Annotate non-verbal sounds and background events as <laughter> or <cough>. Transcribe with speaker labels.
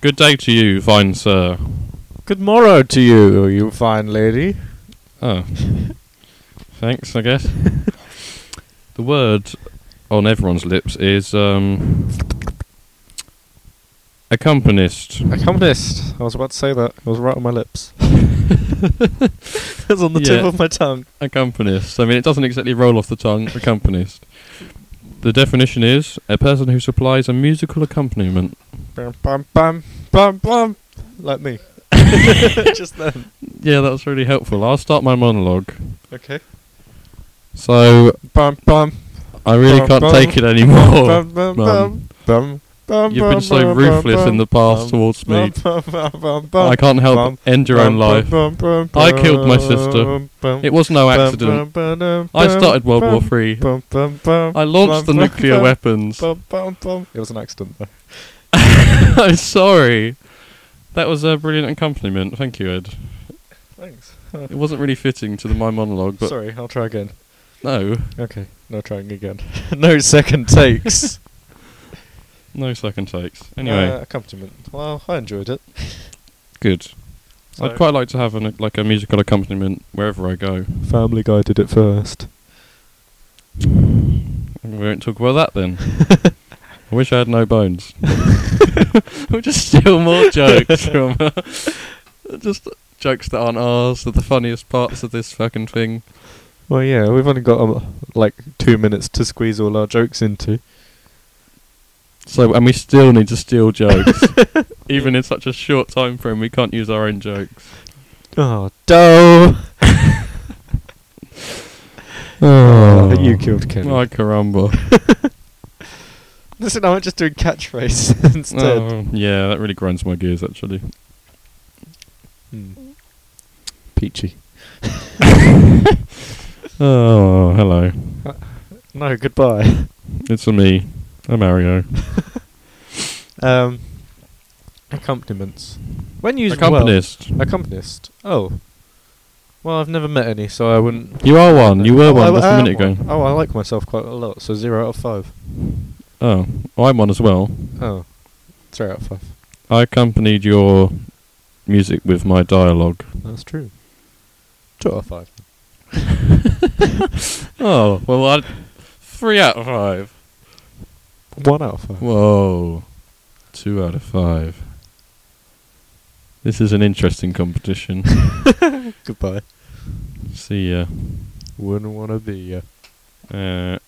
Speaker 1: Good day to you, fine sir.
Speaker 2: Good morrow to you, you fine lady.
Speaker 1: Oh. Thanks, I <laughs> guess. the word on everyone's lips is um accompanist.
Speaker 2: Accompanist. I was about to say that. It was right on my <laughs> lips. it was on the tip
Speaker 1: Yeah.
Speaker 2: of my tongue.
Speaker 1: Accompanist. I mean, it doesn't exactly roll off the tongue, accompanist. The definition is a person who supplies a musical accompaniment.
Speaker 2: Bum, bum, bum, bum, bum. Like <laughs> me. Just then.
Speaker 1: Yeah, that's really helpful. I'll start my monologue.
Speaker 2: Okay.
Speaker 1: So,
Speaker 2: Bum, bum,
Speaker 1: I really can't take it anymore.
Speaker 2: bum, bum,
Speaker 1: Mum.
Speaker 2: bum, bum, bum,
Speaker 1: You've been
Speaker 2: bum,
Speaker 1: so
Speaker 2: bum,
Speaker 1: ruthless
Speaker 2: bum,
Speaker 1: in the past
Speaker 2: bum,
Speaker 1: towards me.
Speaker 2: bum, bum, bum, bum,
Speaker 1: I can't help
Speaker 2: bum,
Speaker 1: but end your own
Speaker 2: bum,
Speaker 1: life.
Speaker 2: bum, bum, bum,
Speaker 1: I killed my
Speaker 2: bum,
Speaker 1: sister.
Speaker 2: bum,
Speaker 1: It was no
Speaker 2: bum,
Speaker 1: accident.
Speaker 2: bum, bum,
Speaker 1: I
Speaker 2: bum,
Speaker 1: started World
Speaker 2: bum,
Speaker 1: War Three.
Speaker 2: bum, bum, bum,
Speaker 1: I launched the
Speaker 2: bum,
Speaker 1: nuclear
Speaker 2: bum,
Speaker 1: weapons.
Speaker 2: bum, bum, bum. It was an accident, though.
Speaker 1: <laughs> I'm sorry. That was a brilliant accompaniment. Thank you, Ed.
Speaker 2: Thanks.
Speaker 1: It wasn't really fitting to the, my monologue, but
Speaker 2: Sorry, I'll try again.
Speaker 1: no,
Speaker 2: Okay, no trying again. <laughs> no second <laughs> takes.
Speaker 1: no second takes. Anyway,
Speaker 2: Uh, accompaniment. Well, I enjoyed it.
Speaker 1: good.
Speaker 2: So-
Speaker 1: I'd quite like to have an, like a musical accompaniment wherever I go.
Speaker 2: Family Guy did it first.
Speaker 1: We won't talk about that
Speaker 2: <laughs>
Speaker 1: then. I wish I had no bones. <laughs> We'll just steal
Speaker 2: <laughs>
Speaker 1: more jokes <laughs> from just jokes that aren't ours. Are the funniest parts of this fucking thing.
Speaker 2: Well, yeah, we've only got um, like two minutes to squeeze all our jokes into.
Speaker 1: So, and we still need to steal jokes, even in such a short time frame. We can't use our own jokes.
Speaker 2: Oh, <laughs> dough! oh, you killed Kenny.
Speaker 1: My caramba.
Speaker 2: Listen, I'm just doing catchphrase <laughs> instead.
Speaker 1: Oh, yeah, that really grinds my gears actually.
Speaker 2: Hmm. Peachy.
Speaker 1: Oh, hello.
Speaker 2: No, goodbye.
Speaker 1: It's a me. I'm Mario.
Speaker 2: <laughs> Um, accompaniments. When used well.
Speaker 1: Accompanist.
Speaker 2: Accompanist. Oh. Well, I've never met any, so I wouldn't.
Speaker 1: You are one. You were
Speaker 2: Oh, I-
Speaker 1: one just a
Speaker 2: I am
Speaker 1: minute
Speaker 2: one.
Speaker 1: ago.
Speaker 2: Oh, I like myself quite a lot, so zero out of five.
Speaker 1: Oh, I'm one as well.
Speaker 2: Oh. Zero out of five.
Speaker 1: I accompanied your music with my dialogue.
Speaker 2: That's true. Two out of five.
Speaker 1: Oh, well, I three out of five.
Speaker 2: One out of five.
Speaker 1: Whoa, two out of five. This is an interesting competition. <laughs>
Speaker 2: Goodbye.
Speaker 1: See ya.
Speaker 2: Wouldn't want to be ya.
Speaker 1: Uh,